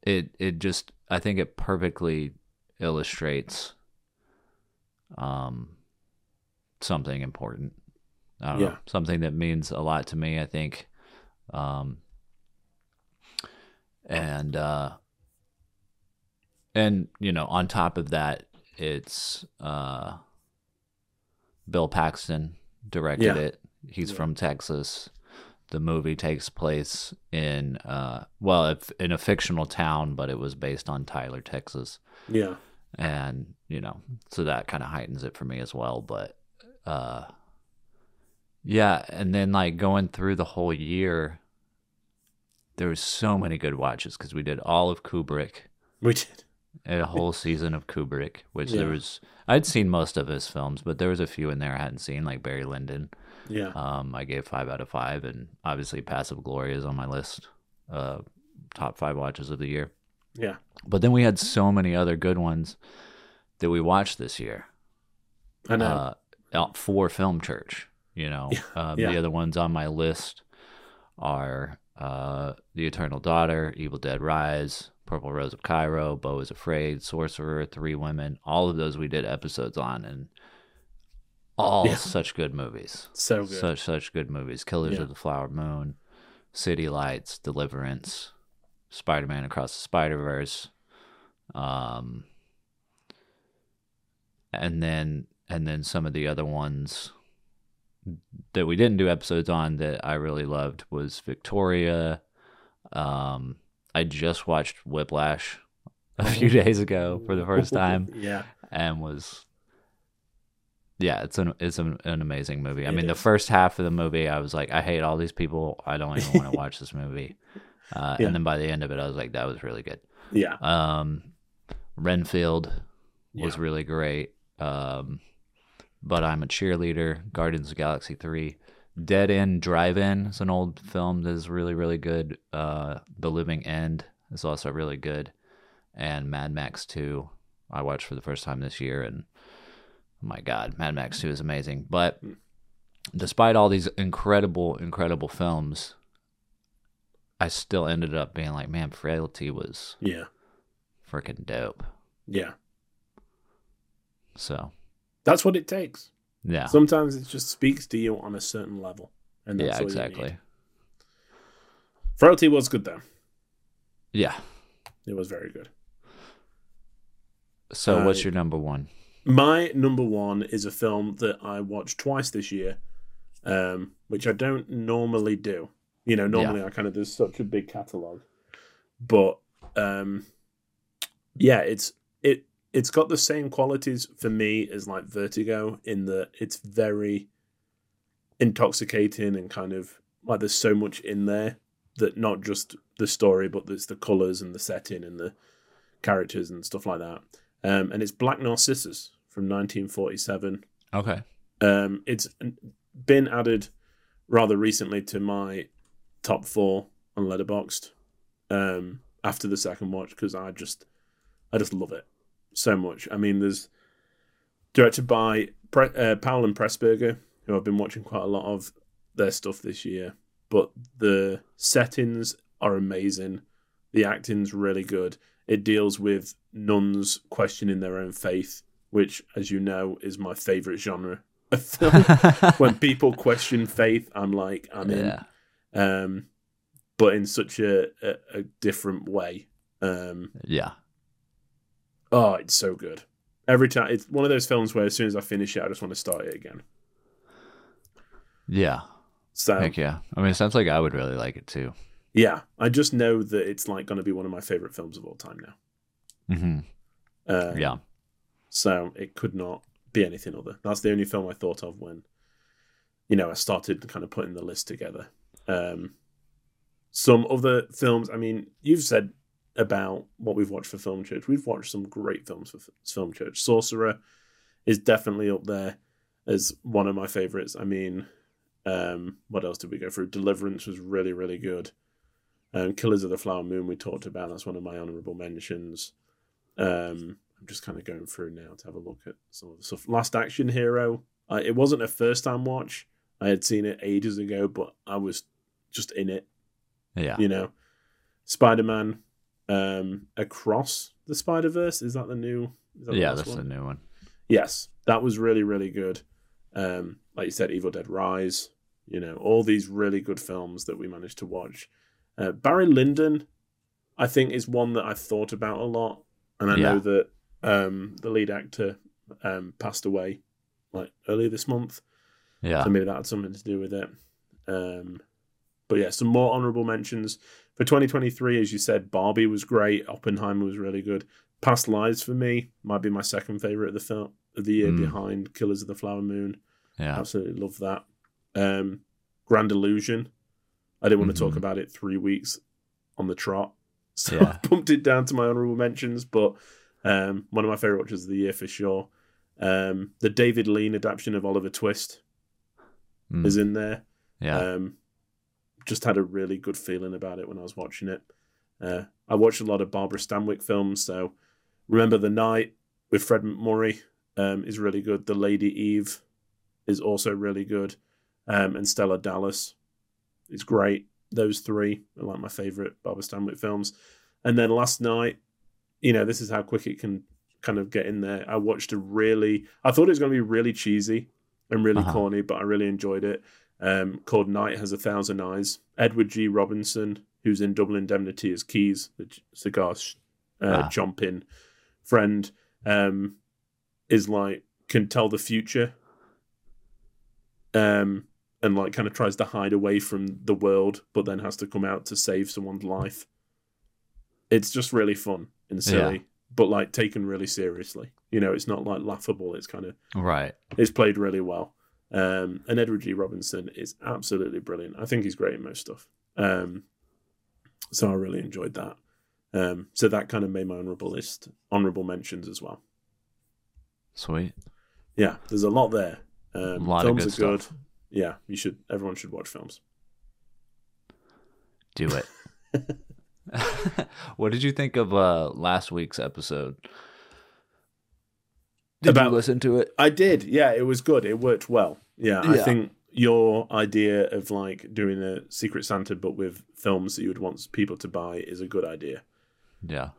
Speaker 8: it it just i think it perfectly illustrates um something important i don't know
Speaker 4: Yeah.
Speaker 8: something that means a lot to me i think um and uh and you know on top of that it's uh bill paxton directed
Speaker 4: Yeah.
Speaker 8: it he's
Speaker 4: Yeah.
Speaker 8: from texas the movie takes place in uh well if, in a fictional town but it was based on tyler texas
Speaker 4: Yeah.
Speaker 8: and you know so that kind of heightens it for me as well but uh yeah and then like going through the whole year there was so many good watches because we did all of kubrick
Speaker 4: We did.
Speaker 8: a whole season of kubrick which there
Speaker 4: Yeah.
Speaker 8: was i'd seen most of his films but there was a few in there i hadn't seen like barry lyndon
Speaker 4: Yeah.
Speaker 8: um, I gave five out of five, and obviously, Passive Glory is on my list, uh, top five watches of the year.
Speaker 4: Yeah.
Speaker 8: But then we had so many other good ones that we watched this year.
Speaker 4: I know.
Speaker 8: Uh, out for Film Church, you know, um,
Speaker 4: yeah.
Speaker 8: the other ones on my list are uh, The Eternal Daughter, Evil Dead Rise, Purple Rose of Cairo, Bo is Afraid, Sorcerer, Three Women. All of those we did episodes on, and all
Speaker 4: Yeah.
Speaker 8: such good movies
Speaker 4: so good.
Speaker 8: such such good movies killers
Speaker 4: Yeah.
Speaker 8: of the flower moon city lights deliverance spider-man across the spider-verse um and then and then some of the other ones that we didn't do episodes on that i really loved was victoria um i just watched whiplash a few
Speaker 4: Oh.
Speaker 8: days ago for the first time
Speaker 4: *laughs* yeah.
Speaker 8: and was yeah it's an it's an, an amazing movie i
Speaker 4: It
Speaker 8: mean the
Speaker 4: is.
Speaker 8: first half of the movie i was like i hate all these people i don't even
Speaker 4: *laughs*
Speaker 8: want to watch this movie uh,
Speaker 4: Yeah.
Speaker 8: and then by the end of it i was like that was really good
Speaker 4: Yeah.
Speaker 8: um renfield was
Speaker 4: Yeah.
Speaker 8: really great um but i'm a cheerleader guardians of the galaxy 3 Dead End Drive In is an old film that is really, really good. Uh, the Living End is also really good. And Mad Max 2, I watched for the first time this year. And oh my God, Mad Max 2 is amazing. But despite all these incredible, incredible films, I still ended up being like, man, Frailty was
Speaker 4: Yeah.
Speaker 8: freaking dope.
Speaker 4: Yeah.
Speaker 8: So,
Speaker 4: That's what it takes.
Speaker 8: yeah.
Speaker 4: Sometimes it just speaks to you on a certain level. And that's
Speaker 8: Yeah,
Speaker 4: all you
Speaker 8: exactly.
Speaker 4: need. Frailty was good, though.
Speaker 8: Yeah.
Speaker 4: It was very good.
Speaker 8: So,
Speaker 4: Uh,
Speaker 8: what's your number one?
Speaker 4: My number one is a film that I watched twice this year, um, which I don't normally do. You know, normally I kind of there's such a big catalog, but um, yeah, it's it it's got the same qualities for me as like Vertigo in that it's very intoxicating and kind of like there's so much in there that not just the story, but there's the colors and the setting and the characters and stuff like that um, and it's Black Narcissus from 1947.
Speaker 8: *laughs* Okay.
Speaker 4: Um, it's been added rather recently to my top four on Letterboxd um, after the second watch because I just I just love it so much. I mean, there's directed by Pre- uh, Powell and Pressburger, who I've been watching quite a lot of their stuff this year. But the settings are amazing. The acting's really good. It deals with nuns questioning their own faith, which, as you know, is my favorite genre of film. when
Speaker 8: *laughs*
Speaker 4: people question faith, I'm like, I'm in
Speaker 8: yeah.
Speaker 4: um, but in such a, a, a different way. Um,
Speaker 8: Yeah.
Speaker 4: oh, it's so good. Every time, it's one of those films where as soon as I finish it, I just want to start it again.
Speaker 8: Yeah.
Speaker 4: So
Speaker 8: Heck yeah. I mean, it sounds like I would really like it too.
Speaker 4: yeah, I just know that it's like going to be one of my favorite films of all time now.
Speaker 8: hmm
Speaker 4: Uh,
Speaker 8: Yeah.
Speaker 4: So it could not be anything other. That's the only film I thought of when, you know, I started kind of putting the list together. Um, some other films. I mean, you've said about what we've watched for Film Church. We've watched some great films for F- Film Church. Sorcerer is definitely up there as one of my favorites. I mean, um, what else did we go through? Deliverance was really, really good. Um, Killers of the Flower Moon we talked about. That's one of my honorable mentions. Um, I'm just kind of going through now to have a look at some of the stuff. Last Action Hero. I, it wasn't a first time watch. I had seen it ages ago, but I was just in it,
Speaker 8: Yeah.
Speaker 4: you know. Spider Man, um, Across the Spider Verse. Is that the new? Is that the
Speaker 8: Yeah.
Speaker 4: last
Speaker 8: That's
Speaker 4: one?
Speaker 8: the new one.
Speaker 4: yes, that was really, really good. Um, like you said, Evil Dead Rise, you know, all these really good films that we managed to watch. Uh, Barry Lyndon, I think, is one that I've thought about a lot. And I know
Speaker 8: Yeah.
Speaker 4: that um, the lead actor um, passed away like earlier this month.
Speaker 8: Yeah.
Speaker 4: So maybe that had something to do with it. Um, but yeah, some more honorable mentions for 2023. As you said, Barbie was great. Oppenheimer was really good. Past Lives for me might be my second favorite of the film of the year,
Speaker 8: Mm.
Speaker 4: behind Killers of the Flower Moon.
Speaker 8: Yeah.
Speaker 4: Absolutely love that. Um, Grand Illusion. I didn't want to talk
Speaker 8: Mhm.
Speaker 4: about it three weeks on the trot, *laughs* so
Speaker 8: Yeah.
Speaker 4: I bumped it down to my honorable mentions. But um, one of my favorite watches of the year for sure. Um, the David Lean adaptation of Oliver Twist
Speaker 8: Mm. uh,
Speaker 4: is in there.
Speaker 8: Yeah.
Speaker 4: Um, just had a really good feeling about it when I was watching it. Uh, I watched a lot of Barbara Stanwyck films, so Remember the Night with Fred McMurray um, is really good. The Lady Eve is also really good, um, and Stella Dallas is great. Those three are like my favorite Barbara Stanwyck films. And then last night, you know, this is how quick it can kind of get in there. I watched a really, I thought it was going to be really cheesy and really
Speaker 8: Uh-huh.
Speaker 4: corny, but I really enjoyed it. Um, called Night Has a Thousand Eyes. Edward G. Robinson, who's in Double Indemnity as Keys, the c- cigar sh- uh,
Speaker 8: Ah.
Speaker 4: chomping friend, um, is like can tell the future, um, and like kind of tries to hide away from the world, but then has to come out to save someone's life. It's just really fun and silly, but like taken really seriously. You know, it's not like laughable. It's kind of
Speaker 8: right.
Speaker 4: it's played really well. Um, and Edward G. Robinson is absolutely brilliant. I think he's great in most stuff. Um, so I really enjoyed that. Um, so that kind of made my honorable list, honorable mentions as well.
Speaker 8: Sweet.
Speaker 4: Yeah, there's a lot there. Um,
Speaker 8: Lot of
Speaker 4: films
Speaker 8: good
Speaker 4: are good. yeah, you should. Everyone should watch films.
Speaker 8: Do *laughs* it. what did you think of uh, last week's episode? Did
Speaker 4: About-
Speaker 8: you listen to it?
Speaker 4: I did. Yeah, it was good. It worked well. Yeah, I
Speaker 8: Yeah.
Speaker 4: think your idea of like doing a Secret Santa but with films that you would want people to buy is a good idea.
Speaker 8: Yeah,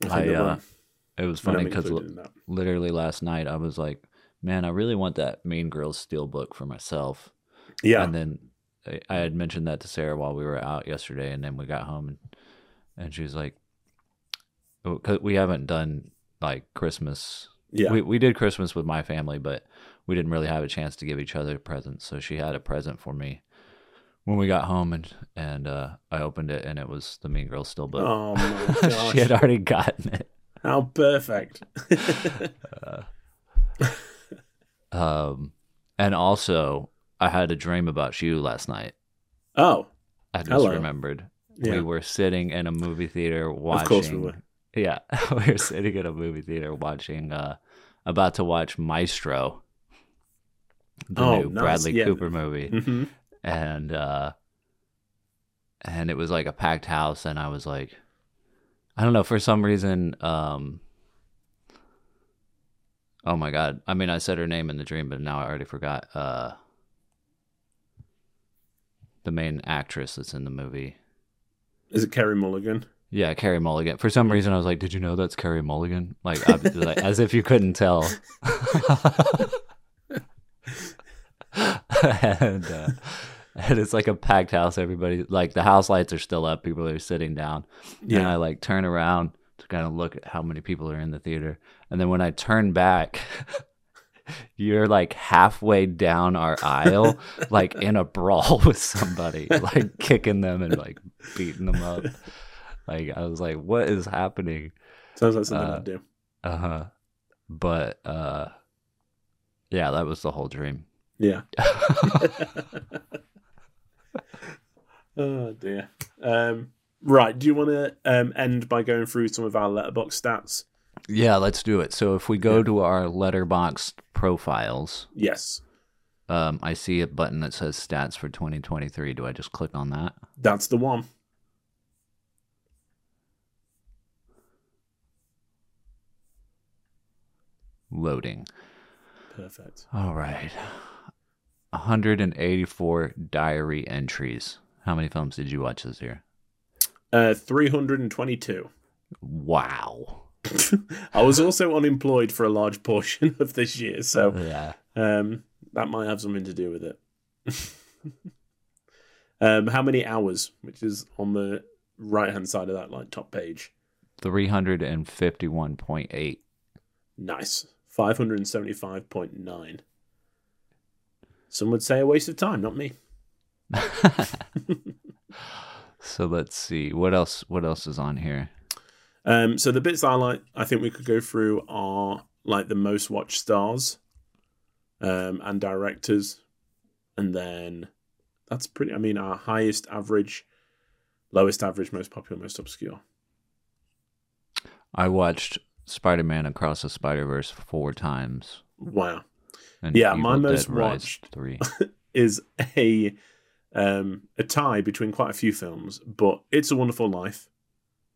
Speaker 4: think
Speaker 8: I,
Speaker 4: that
Speaker 8: uh,
Speaker 4: one-
Speaker 8: it was
Speaker 4: when I'm
Speaker 8: funny because
Speaker 4: included in that.
Speaker 8: literally last night I was like, "Man, I really want that Mean Girls steel book for myself."
Speaker 4: yeah,
Speaker 8: And then I- I had mentioned that to Sarah while we were out yesterday, and then we got home, and, and she was like, oh, "Cause we haven't done like Christmas.
Speaker 4: yeah,
Speaker 8: We we did Christmas with my family, but we didn't really have a chance to give each other presents. So she had a present for me when we got home, and and uh, I opened it, and it was the Mean Girls still book.
Speaker 4: Oh
Speaker 8: *laughs*
Speaker 4: my gosh.
Speaker 8: she had already gotten it.
Speaker 4: how perfect. *laughs*
Speaker 8: Um, and also, I had a dream about you last night.
Speaker 4: oh,
Speaker 8: I just
Speaker 4: Hello.
Speaker 8: remembered.
Speaker 4: yeah,
Speaker 8: We were sitting in a movie theater watching.
Speaker 4: of course we were.
Speaker 8: Yeah, *laughs* we were sitting in a movie theater watching, uh, about to watch Maestro, the
Speaker 4: Oh,
Speaker 8: new
Speaker 4: nice,
Speaker 8: Bradley
Speaker 4: yeah.
Speaker 8: Cooper movie,
Speaker 4: hmm
Speaker 8: and uh, and it was like a packed house, and I was like, I don't know, for some reason, um, oh my god, I mean, I said her name in the dream, but now I already forgot. Uh, the main actress that's in the movie.
Speaker 4: Is it Kerry Mulligan?
Speaker 8: Yeah, Carrie Mulligan. For some reason, I was like, "Did you know that's Carrie Mulligan?" Like, I, *laughs* like as if you couldn't tell. *laughs* and, uh, and it's like a packed house. Everybody, like, the house lights are still up. People are sitting down. And
Speaker 4: Yeah.
Speaker 8: I like turn around to kind of look at how many people are in the theater. And then when I turn back, *laughs* you're like halfway down our aisle, like in a brawl *laughs* with somebody, like kicking them and like beating them up. Like I was like, what is happening?
Speaker 4: Sounds like something
Speaker 8: Uh,
Speaker 4: I'd do.
Speaker 8: Uh huh. But uh, yeah, that was the whole dream. *laughs*
Speaker 4: Yeah. *laughs* oh dear. Um, right. Do you want to um, end by going through some of our letterbox stats?
Speaker 8: Yeah, let's do it. So if we go to our letterboxed profiles,
Speaker 4: Yes.
Speaker 8: um, I see a button that says stats for 2023. Do I just click on that?
Speaker 4: That's the one.
Speaker 8: Loading.
Speaker 4: Perfect.
Speaker 8: All right. 184 diary entries. How many films did you watch this year?
Speaker 4: Uh, 322.
Speaker 8: Wow.
Speaker 4: I was also unemployed for a large portion *laughs* of this year, so
Speaker 8: *laughs* Yeah.
Speaker 4: um, that might have something to do with it. *laughs* um, how many hours, which is on the right hand side of that like top page.
Speaker 8: 351.8.
Speaker 4: Nice. 575.9. Some would say a waste of time, not me.
Speaker 8: So let's see. What else what else is on here?
Speaker 4: Um, so the bits I like, I think we could go through are like the most watched stars um, and directors, and then that's pretty. I mean, our highest average, lowest average, most popular, most obscure.
Speaker 8: I watched Spider-Man Across the Spider-Verse 4 times.
Speaker 4: Wow,
Speaker 8: And
Speaker 4: Yeah, my most
Speaker 8: Rise
Speaker 4: watched- *laughs*
Speaker 8: 3.
Speaker 4: is a um, a tie between quite a few films, but It's a Wonderful Life,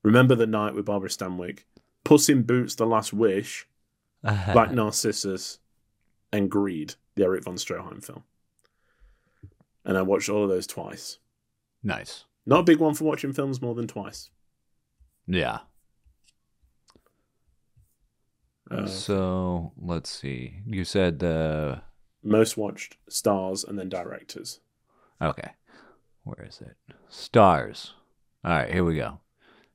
Speaker 4: Remember the Night with Barbara Stanwyck, Puss in Boots: The Last Wish, Black Narcissus, and Greed, the Eric von Stroheim film. And I watched all of those twice.
Speaker 8: *laughs* nice.
Speaker 4: Not a big one for watching films more than twice.
Speaker 8: Yeah.
Speaker 4: Uh,
Speaker 8: so, let's see. You said uh, the
Speaker 4: most watched stars and then directors.
Speaker 8: Okay. Where is it? Stars. All right, here we go.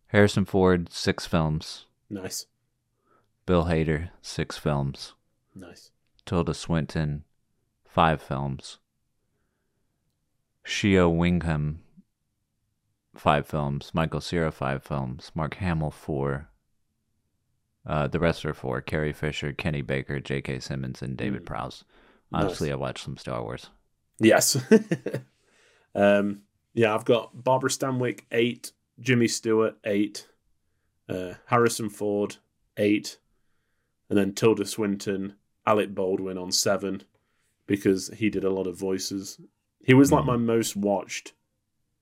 Speaker 8: Harrison Ford, six films.
Speaker 4: Nice,
Speaker 8: Bill Hader, six films.
Speaker 4: nice.
Speaker 8: Tilda Swinton, five films. Shia Wingham, five films. Michael Cera, five films. Mark Hamill, four. Uh, the rest are four. Carrie Fisher, Kenny Baker, J.K. Simmons, and David Prowse. Obviously,
Speaker 4: Nice.
Speaker 8: I watched some Star Wars.
Speaker 4: Yes. *laughs* um, yeah, I've got Barbara Stanwyck eight, Jimmy Stewart eight, uh, Harrison Ford eight, and then Tilda Swinton, Alec Baldwin on seven, because he did a lot of voices. He was like my most watched,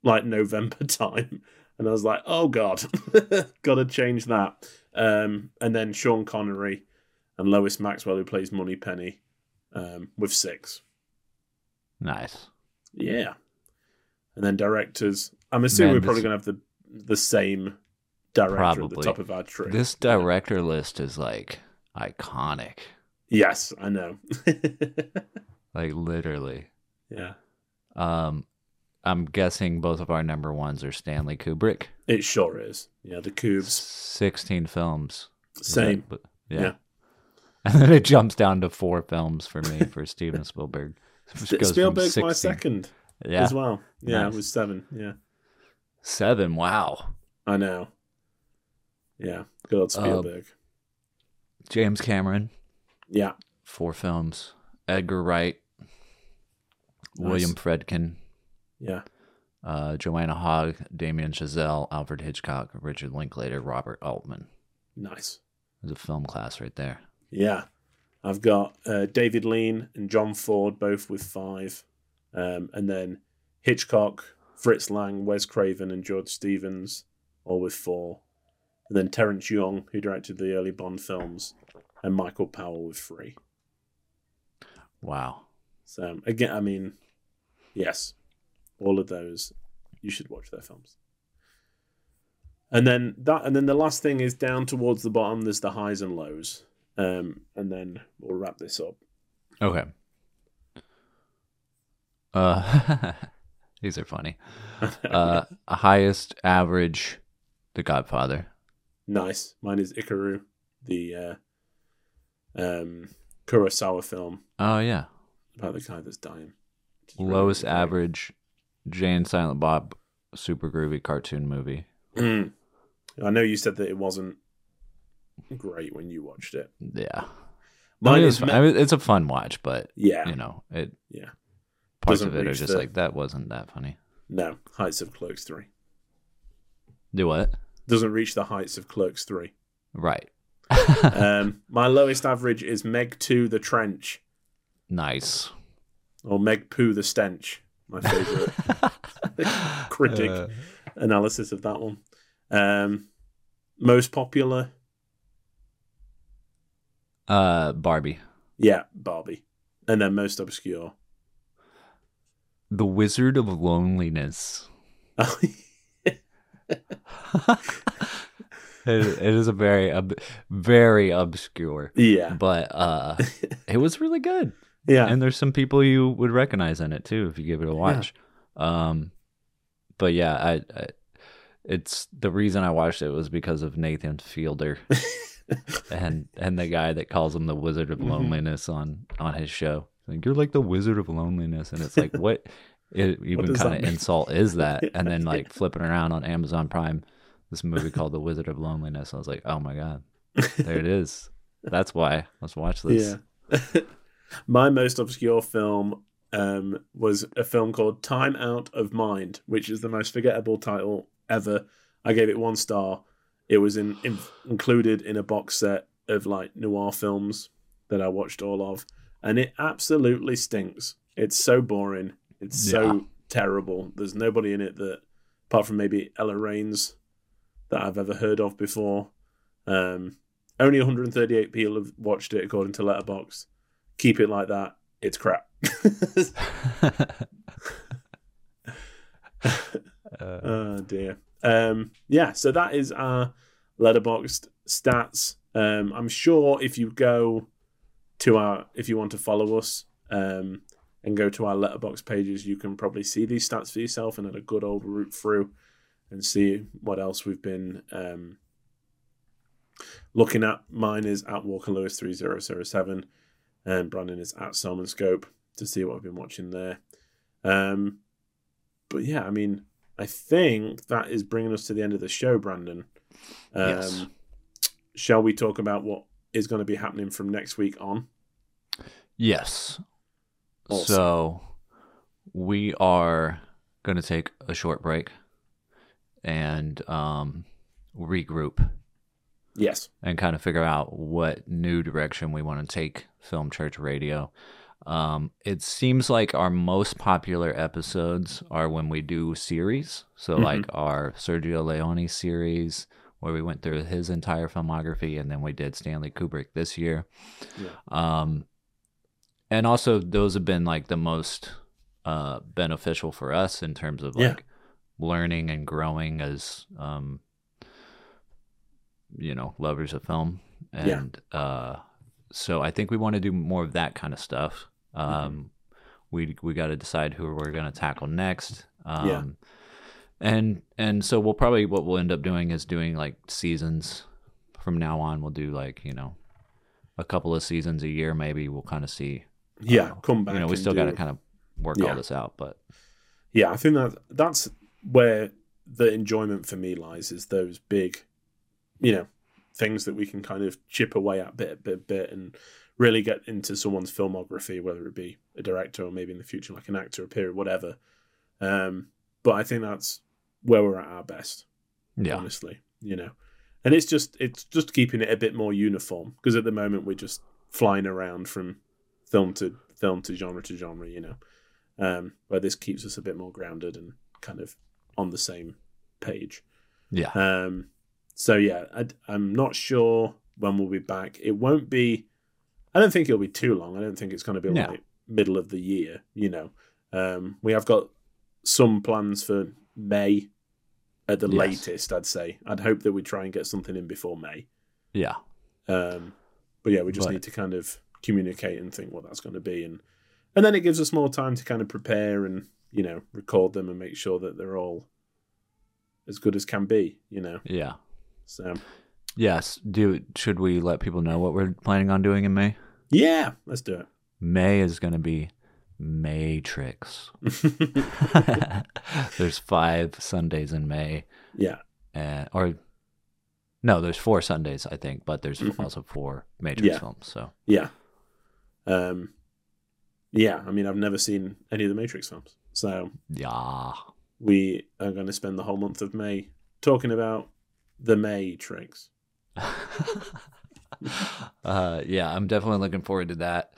Speaker 4: like November *laughs* time, and I was like, oh god, *laughs* gotta change that. Um, and then Sean Connery and Lois Maxwell, who plays Money Penny, um, with six.
Speaker 8: Nice.
Speaker 4: Yeah. And then directors. I'm assuming
Speaker 8: Man,
Speaker 4: we're probably
Speaker 8: this-
Speaker 4: going to have the the same director at the
Speaker 8: Probably.
Speaker 4: top of our tree.
Speaker 8: This director list is like iconic.
Speaker 4: Yes, I know. *laughs*
Speaker 8: Like literally.
Speaker 4: yeah.
Speaker 8: Um I'm guessing both of our number ones are Stanley Kubrick.
Speaker 4: It sure is. Yeah, the cubes.
Speaker 8: Sixteen films. Is that-
Speaker 4: Same.
Speaker 8: but- Yeah.
Speaker 4: Yeah.
Speaker 8: *laughs* And then it jumps down to four films for me for
Speaker 4: *laughs*
Speaker 8: Steven Spielberg. Which goes from
Speaker 4: Spielberg's my
Speaker 8: 16
Speaker 4: second
Speaker 8: Yeah.
Speaker 4: as well. Yeah,
Speaker 8: Nice.
Speaker 4: it was seven. Yeah.
Speaker 8: Seven. Wow.
Speaker 4: I know. Yeah. Good
Speaker 8: Uh,
Speaker 4: old Spielberg.
Speaker 8: James Cameron.
Speaker 4: yeah.
Speaker 8: Four films. Edgar Wright. William Fredkin.
Speaker 4: Yeah.
Speaker 8: uh, Joanna Hogg, Damien Chazelle, Alfred Hitchcock, Richard Linklater, Robert Altman.
Speaker 4: Nice.
Speaker 8: There's a film class right there.
Speaker 4: Yeah. I've got uh, David Lean and John Ford both with five. Um, and then Hitchcock, Fritz Lang, Wes Craven, and George Stevens, all with four. And then Terrence Young, who directed the early Bond films, and Michael Powell with three.
Speaker 8: Wow.
Speaker 4: So, um, again, I mean, yes, all of those, you should watch their films. And then that, and then the last thing is down towards the bottom. There's the highs and lows, um, and then we'll wrap this up.
Speaker 8: Okay. Uh, *laughs* these are funny. Uh, highest average, The Godfather.
Speaker 4: *laughs* Nice. Mine is Ikaru, the uh, um, Kurosawa film
Speaker 8: Oh yeah.
Speaker 4: about the guy that's dying. Which is really
Speaker 8: Lowest
Speaker 4: great.
Speaker 8: average, Jay and Silent Bob, super groovy cartoon movie.
Speaker 4: Mm. *clears throat* I know you said that it wasn't great when you watched it.
Speaker 8: Yeah. I
Speaker 4: Mine
Speaker 8: mean,
Speaker 4: is
Speaker 8: it's,
Speaker 4: me-
Speaker 8: I mean, it's a fun watch, but
Speaker 4: yeah,
Speaker 8: you know it.
Speaker 4: Yeah.
Speaker 8: Parts
Speaker 4: Doesn't
Speaker 8: of it are
Speaker 4: reach
Speaker 8: just
Speaker 4: the-
Speaker 8: like that wasn't that funny.
Speaker 4: no heights of Clerks three
Speaker 8: Do what?
Speaker 4: doesn't reach the heights of Clerks
Speaker 8: *laughs*
Speaker 4: three.
Speaker 8: Right.
Speaker 4: Um, my lowest average is Meg two the Trench *gasps*
Speaker 8: nice.
Speaker 4: or Meg Poo the Stench. My
Speaker 8: *laughs*
Speaker 4: favorite critic
Speaker 8: Uh,
Speaker 4: analysis of that one. Um, most popular,
Speaker 8: uh, Barbie.
Speaker 4: yeah, Barbie, and then most obscure. *laughs*
Speaker 8: The Wizard
Speaker 4: *laughs*
Speaker 8: of Loneliness. It, it is a very, ob- very obscure,
Speaker 4: yeah,
Speaker 8: but uh,
Speaker 4: *laughs*
Speaker 8: it was really good.
Speaker 4: yeah,
Speaker 8: And there's some people you would recognize in it too if you give it a watch. Um, but yeah, I, I, it's the reason I watched it was because of
Speaker 4: *laughs*
Speaker 8: Nathan Fielder and and the guy that calls him the Wizard of
Speaker 4: Mhm.
Speaker 8: Loneliness on on his show. Like you're like the Wizard of Loneliness, and it's like what
Speaker 4: *laughs*
Speaker 8: it, even
Speaker 4: does that
Speaker 8: kind of
Speaker 4: mean?
Speaker 8: insult is
Speaker 4: *laughs*
Speaker 8: that? And then like flipping around on Amazon Prime, this movie called The Wizard of Loneliness. I was like, oh my god,
Speaker 4: *laughs*
Speaker 8: there it is. That's why let's watch this.
Speaker 4: yeah. *laughs* my most obscure film um, was a film called Time Out of Mind, which is the most forgettable title ever. I gave it one star. It was in, in, included in a box set of like noir films that I watched all of, and it absolutely stinks. It's so boring. It's
Speaker 8: Yeah.
Speaker 4: so terrible. There's nobody in it that, apart from maybe Ella Raines, that I've ever heard of before. Um, only 138 people have watched it according to Letterbox. Keep it like that. It's crap.
Speaker 8: *laughs* Uh,
Speaker 4: Oh dear. Um, yeah, so that is our letterboxed stats. Um, I'm sure if you go to our, if you want to follow us um, and go to our letterbox pages, you can probably see these stats for yourself and have a good old root through and see what else we've been um, looking at. Mine is at Walker Lewis three zero zero seven, and Brandon is at Salmon Scope to see what I've been watching there. Um, but yeah, I mean, I think that is bringing us to the end of the show, Brandon. Um,
Speaker 8: Yes.
Speaker 4: Shall we talk about what is going to be happening from next week on?
Speaker 8: Yes.
Speaker 4: Awesome.
Speaker 8: So we are going to take a short break and um, regroup
Speaker 4: Yes.
Speaker 8: and kind of figure out what new direction we want to take Film Church Radio. Um, it seems like our most popular episodes are when we do series. So,
Speaker 4: Mhm.
Speaker 8: like our Sergio Leone series, where we went through his entire filmography, and then we did Stanley Kubrick this year.
Speaker 4: Yeah.
Speaker 8: Um, and also, those have been like the most uh, beneficial for us in terms of
Speaker 4: Yeah.
Speaker 8: like learning and growing as um, you know lovers of film
Speaker 4: Yeah.
Speaker 8: and uh, so i think we want to do more of that kind of stuff
Speaker 4: Mm-hmm.
Speaker 8: um, we we got to decide who we're going to tackle next um,
Speaker 4: Yeah.
Speaker 8: and and so we'll probably what we'll end up doing is doing like seasons from now on we'll do like you know a couple of seasons a year maybe we'll kind of see
Speaker 4: Yeah,
Speaker 8: uh,
Speaker 4: come back.
Speaker 8: you know we
Speaker 4: and
Speaker 8: still got to
Speaker 4: do-
Speaker 8: kind of work
Speaker 4: Yeah.
Speaker 8: all this out but
Speaker 4: yeah, I think that that's where the enjoyment for me lies is those big, you know, things that we can kind of chip away at bit bit bit and really get into someone's filmography, whether it be a director or maybe in the future like an actor, a period, whatever. Um, but I think that's where we're at our best,
Speaker 8: yeah
Speaker 4: honestly. You know, and it's just it's just keeping it a bit more uniform because at the moment we're just flying around from film to film to genre to genre. You know, um, where this keeps us a bit more grounded and kind of on the same page.
Speaker 8: yeah
Speaker 4: Um, so yeah, I, am not sure when we'll be back. It won't be. I don't think it'll be too long. I don't think it's going to be
Speaker 8: No.
Speaker 4: like middle of the year. You know, um, we have got some plans for May at the
Speaker 8: Yes.
Speaker 4: latest. I'd say. I'd hope that we try and get something in before May.
Speaker 8: yeah
Speaker 4: Um, but yeah, we just
Speaker 8: But-
Speaker 4: need to kind of communicate and think what that's going to be, and and then it gives us more time to kind of prepare and you know record them and make sure that they're all as good as can be. You know,
Speaker 8: yeah
Speaker 4: so.
Speaker 8: Yes. Do should we let people know what we're planning on doing in May?
Speaker 4: Yeah, let's do
Speaker 8: May is going to be Matrix. *laughs*
Speaker 4: it. *laughs*
Speaker 8: there's five Sundays in May,
Speaker 4: yeah,
Speaker 8: and, Uh, or no, there's four Sundays I think, but there's
Speaker 4: Mhm.
Speaker 8: also four Matrix
Speaker 4: Yeah.
Speaker 8: films. So
Speaker 4: yeah, um, yeah. I mean, I've never seen any of the Matrix films, so
Speaker 8: yeah,
Speaker 4: we are going to spend the whole month of May talking about the Matrix.
Speaker 8: uh, yeah, I'm definitely looking forward to that.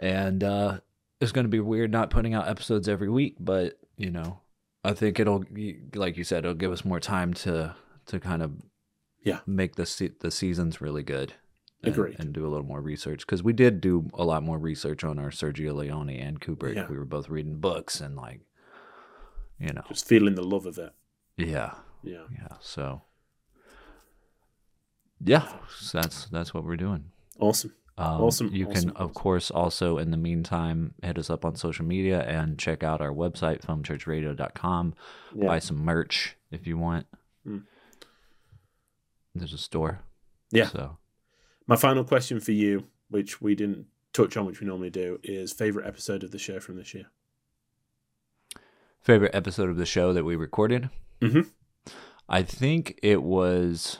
Speaker 8: And uh, it's going to be weird not putting out episodes every week, but you know, I think it'll, like you said, it'll give us more time to to kind of
Speaker 4: Yeah.
Speaker 8: make the se- the seasons really good. and-
Speaker 4: Agreed.
Speaker 8: And, do a little more research because we did do a lot more research on our Sergio Leone and Kubrick.
Speaker 4: Yeah.
Speaker 8: We were both reading books and like, you know,
Speaker 4: Just feeling the love of it.
Speaker 8: yeah,
Speaker 4: Yeah,
Speaker 8: yeah. So, yeah, so that's that's what we're doing.
Speaker 4: awesome.
Speaker 8: Um,
Speaker 4: Awesome,
Speaker 8: You
Speaker 4: awesome,
Speaker 8: can, of
Speaker 4: awesome.
Speaker 8: course, also in the meantime, hit us up on social media and check out our website, filmchurchradio.com.
Speaker 4: Yeah.
Speaker 8: Buy some merch if you want.
Speaker 4: Mm.
Speaker 8: There's a store.
Speaker 4: Yeah.
Speaker 8: So,
Speaker 4: My final question for you, which we didn't touch on, which we normally do, is favorite episode of the show from this year.
Speaker 8: favorite episode of the show that we recorded?
Speaker 4: Mhm.
Speaker 8: I think it was,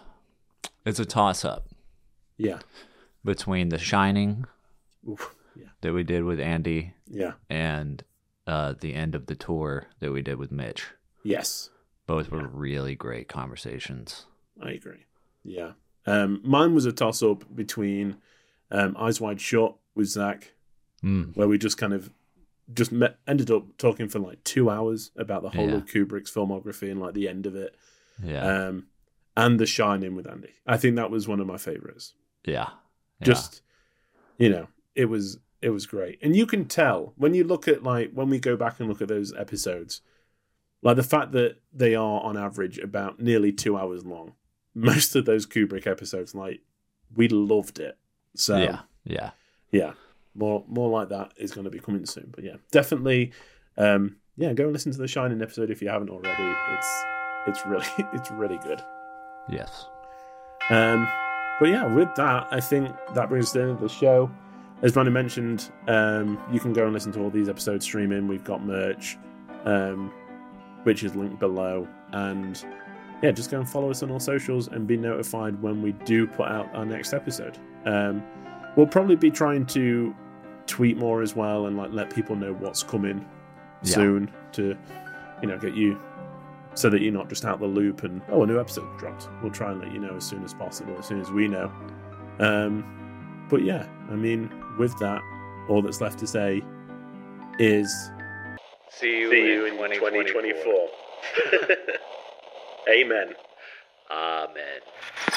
Speaker 8: it's a toss up
Speaker 4: Yeah,
Speaker 8: between The Shining
Speaker 4: Oof. yeah,
Speaker 8: that we did with Andy
Speaker 4: yeah.
Speaker 8: and uh, the end of the tour that we did with Mitch.
Speaker 4: Yes,
Speaker 8: Both were really great conversations.
Speaker 4: I agree. Yeah. Um, mine was a toss up between um, Eyes Wide Shut with Zach,
Speaker 8: Mm.
Speaker 4: where we just kind of just met, ended up talking for like two hours about the whole of Kubrick's filmography and like the end of it,
Speaker 8: Yeah.
Speaker 4: um, and The Shining with Andy. I think that was one of my favorites.
Speaker 8: Yeah. Yeah.
Speaker 4: Just you know, it was it was great, and you can tell when you look at like when we go back and look at those episodes, like the fact that they are on average about nearly two hours long. Most of those Kubrick episodes, like we loved it. So
Speaker 8: yeah. Yeah.
Speaker 4: yeah more more like that is going to be coming soon but yeah definitely um yeah go and listen to the shining episode if you haven't already it's it's really *laughs* it's really good
Speaker 8: Yes.
Speaker 4: um but yeah with that i think that brings us to the end of the show as Brandon mentioned um you can go and listen to all these episodes streaming we've got merch um which is linked below and yeah just go and follow us on all socials and be notified when we do put out our next episode um we'll probably be trying to tweet more as well and like let people know what's coming
Speaker 8: Yeah.
Speaker 4: soon to you know get you so that you're not just out the loop and oh a new episode dropped we'll try and let you know as soon as possible as soon as we know um but yeah i mean with that All that's left to say is
Speaker 6: See you, in 2024.
Speaker 7: 2024. Amen.
Speaker 6: Amen.